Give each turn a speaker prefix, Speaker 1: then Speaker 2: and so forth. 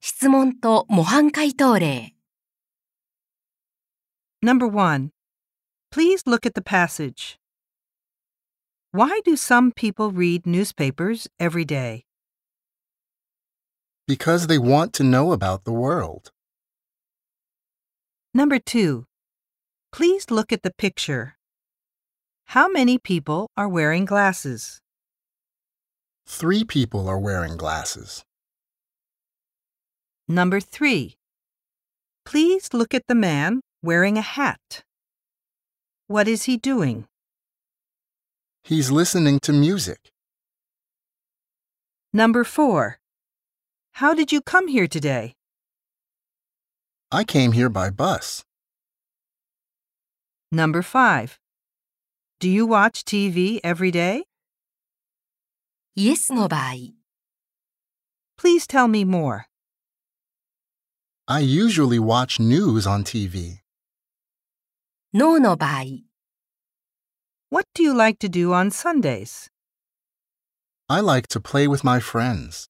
Speaker 1: 質問と模範解答例
Speaker 2: Number 1. Please look at the passage. Why do some people read newspapers every day?
Speaker 3: because they want to know about the world.
Speaker 2: Number 2. Please look at the picture. How many people are wearing glasses?
Speaker 3: Three people are wearing glasses.
Speaker 2: Number 3. Please look at the man wearing a hat. What is he doing?
Speaker 3: He's listening to music
Speaker 2: Number 4. How did you come here today?
Speaker 3: I came here by bus.
Speaker 2: Number 5. Do you watch TV every day?
Speaker 1: イエスの場合
Speaker 2: Please tell me more.
Speaker 3: I usually watch news on TV.
Speaker 1: ノーの場合
Speaker 2: What do you like to do on Sundays?
Speaker 3: I like to play with my friends.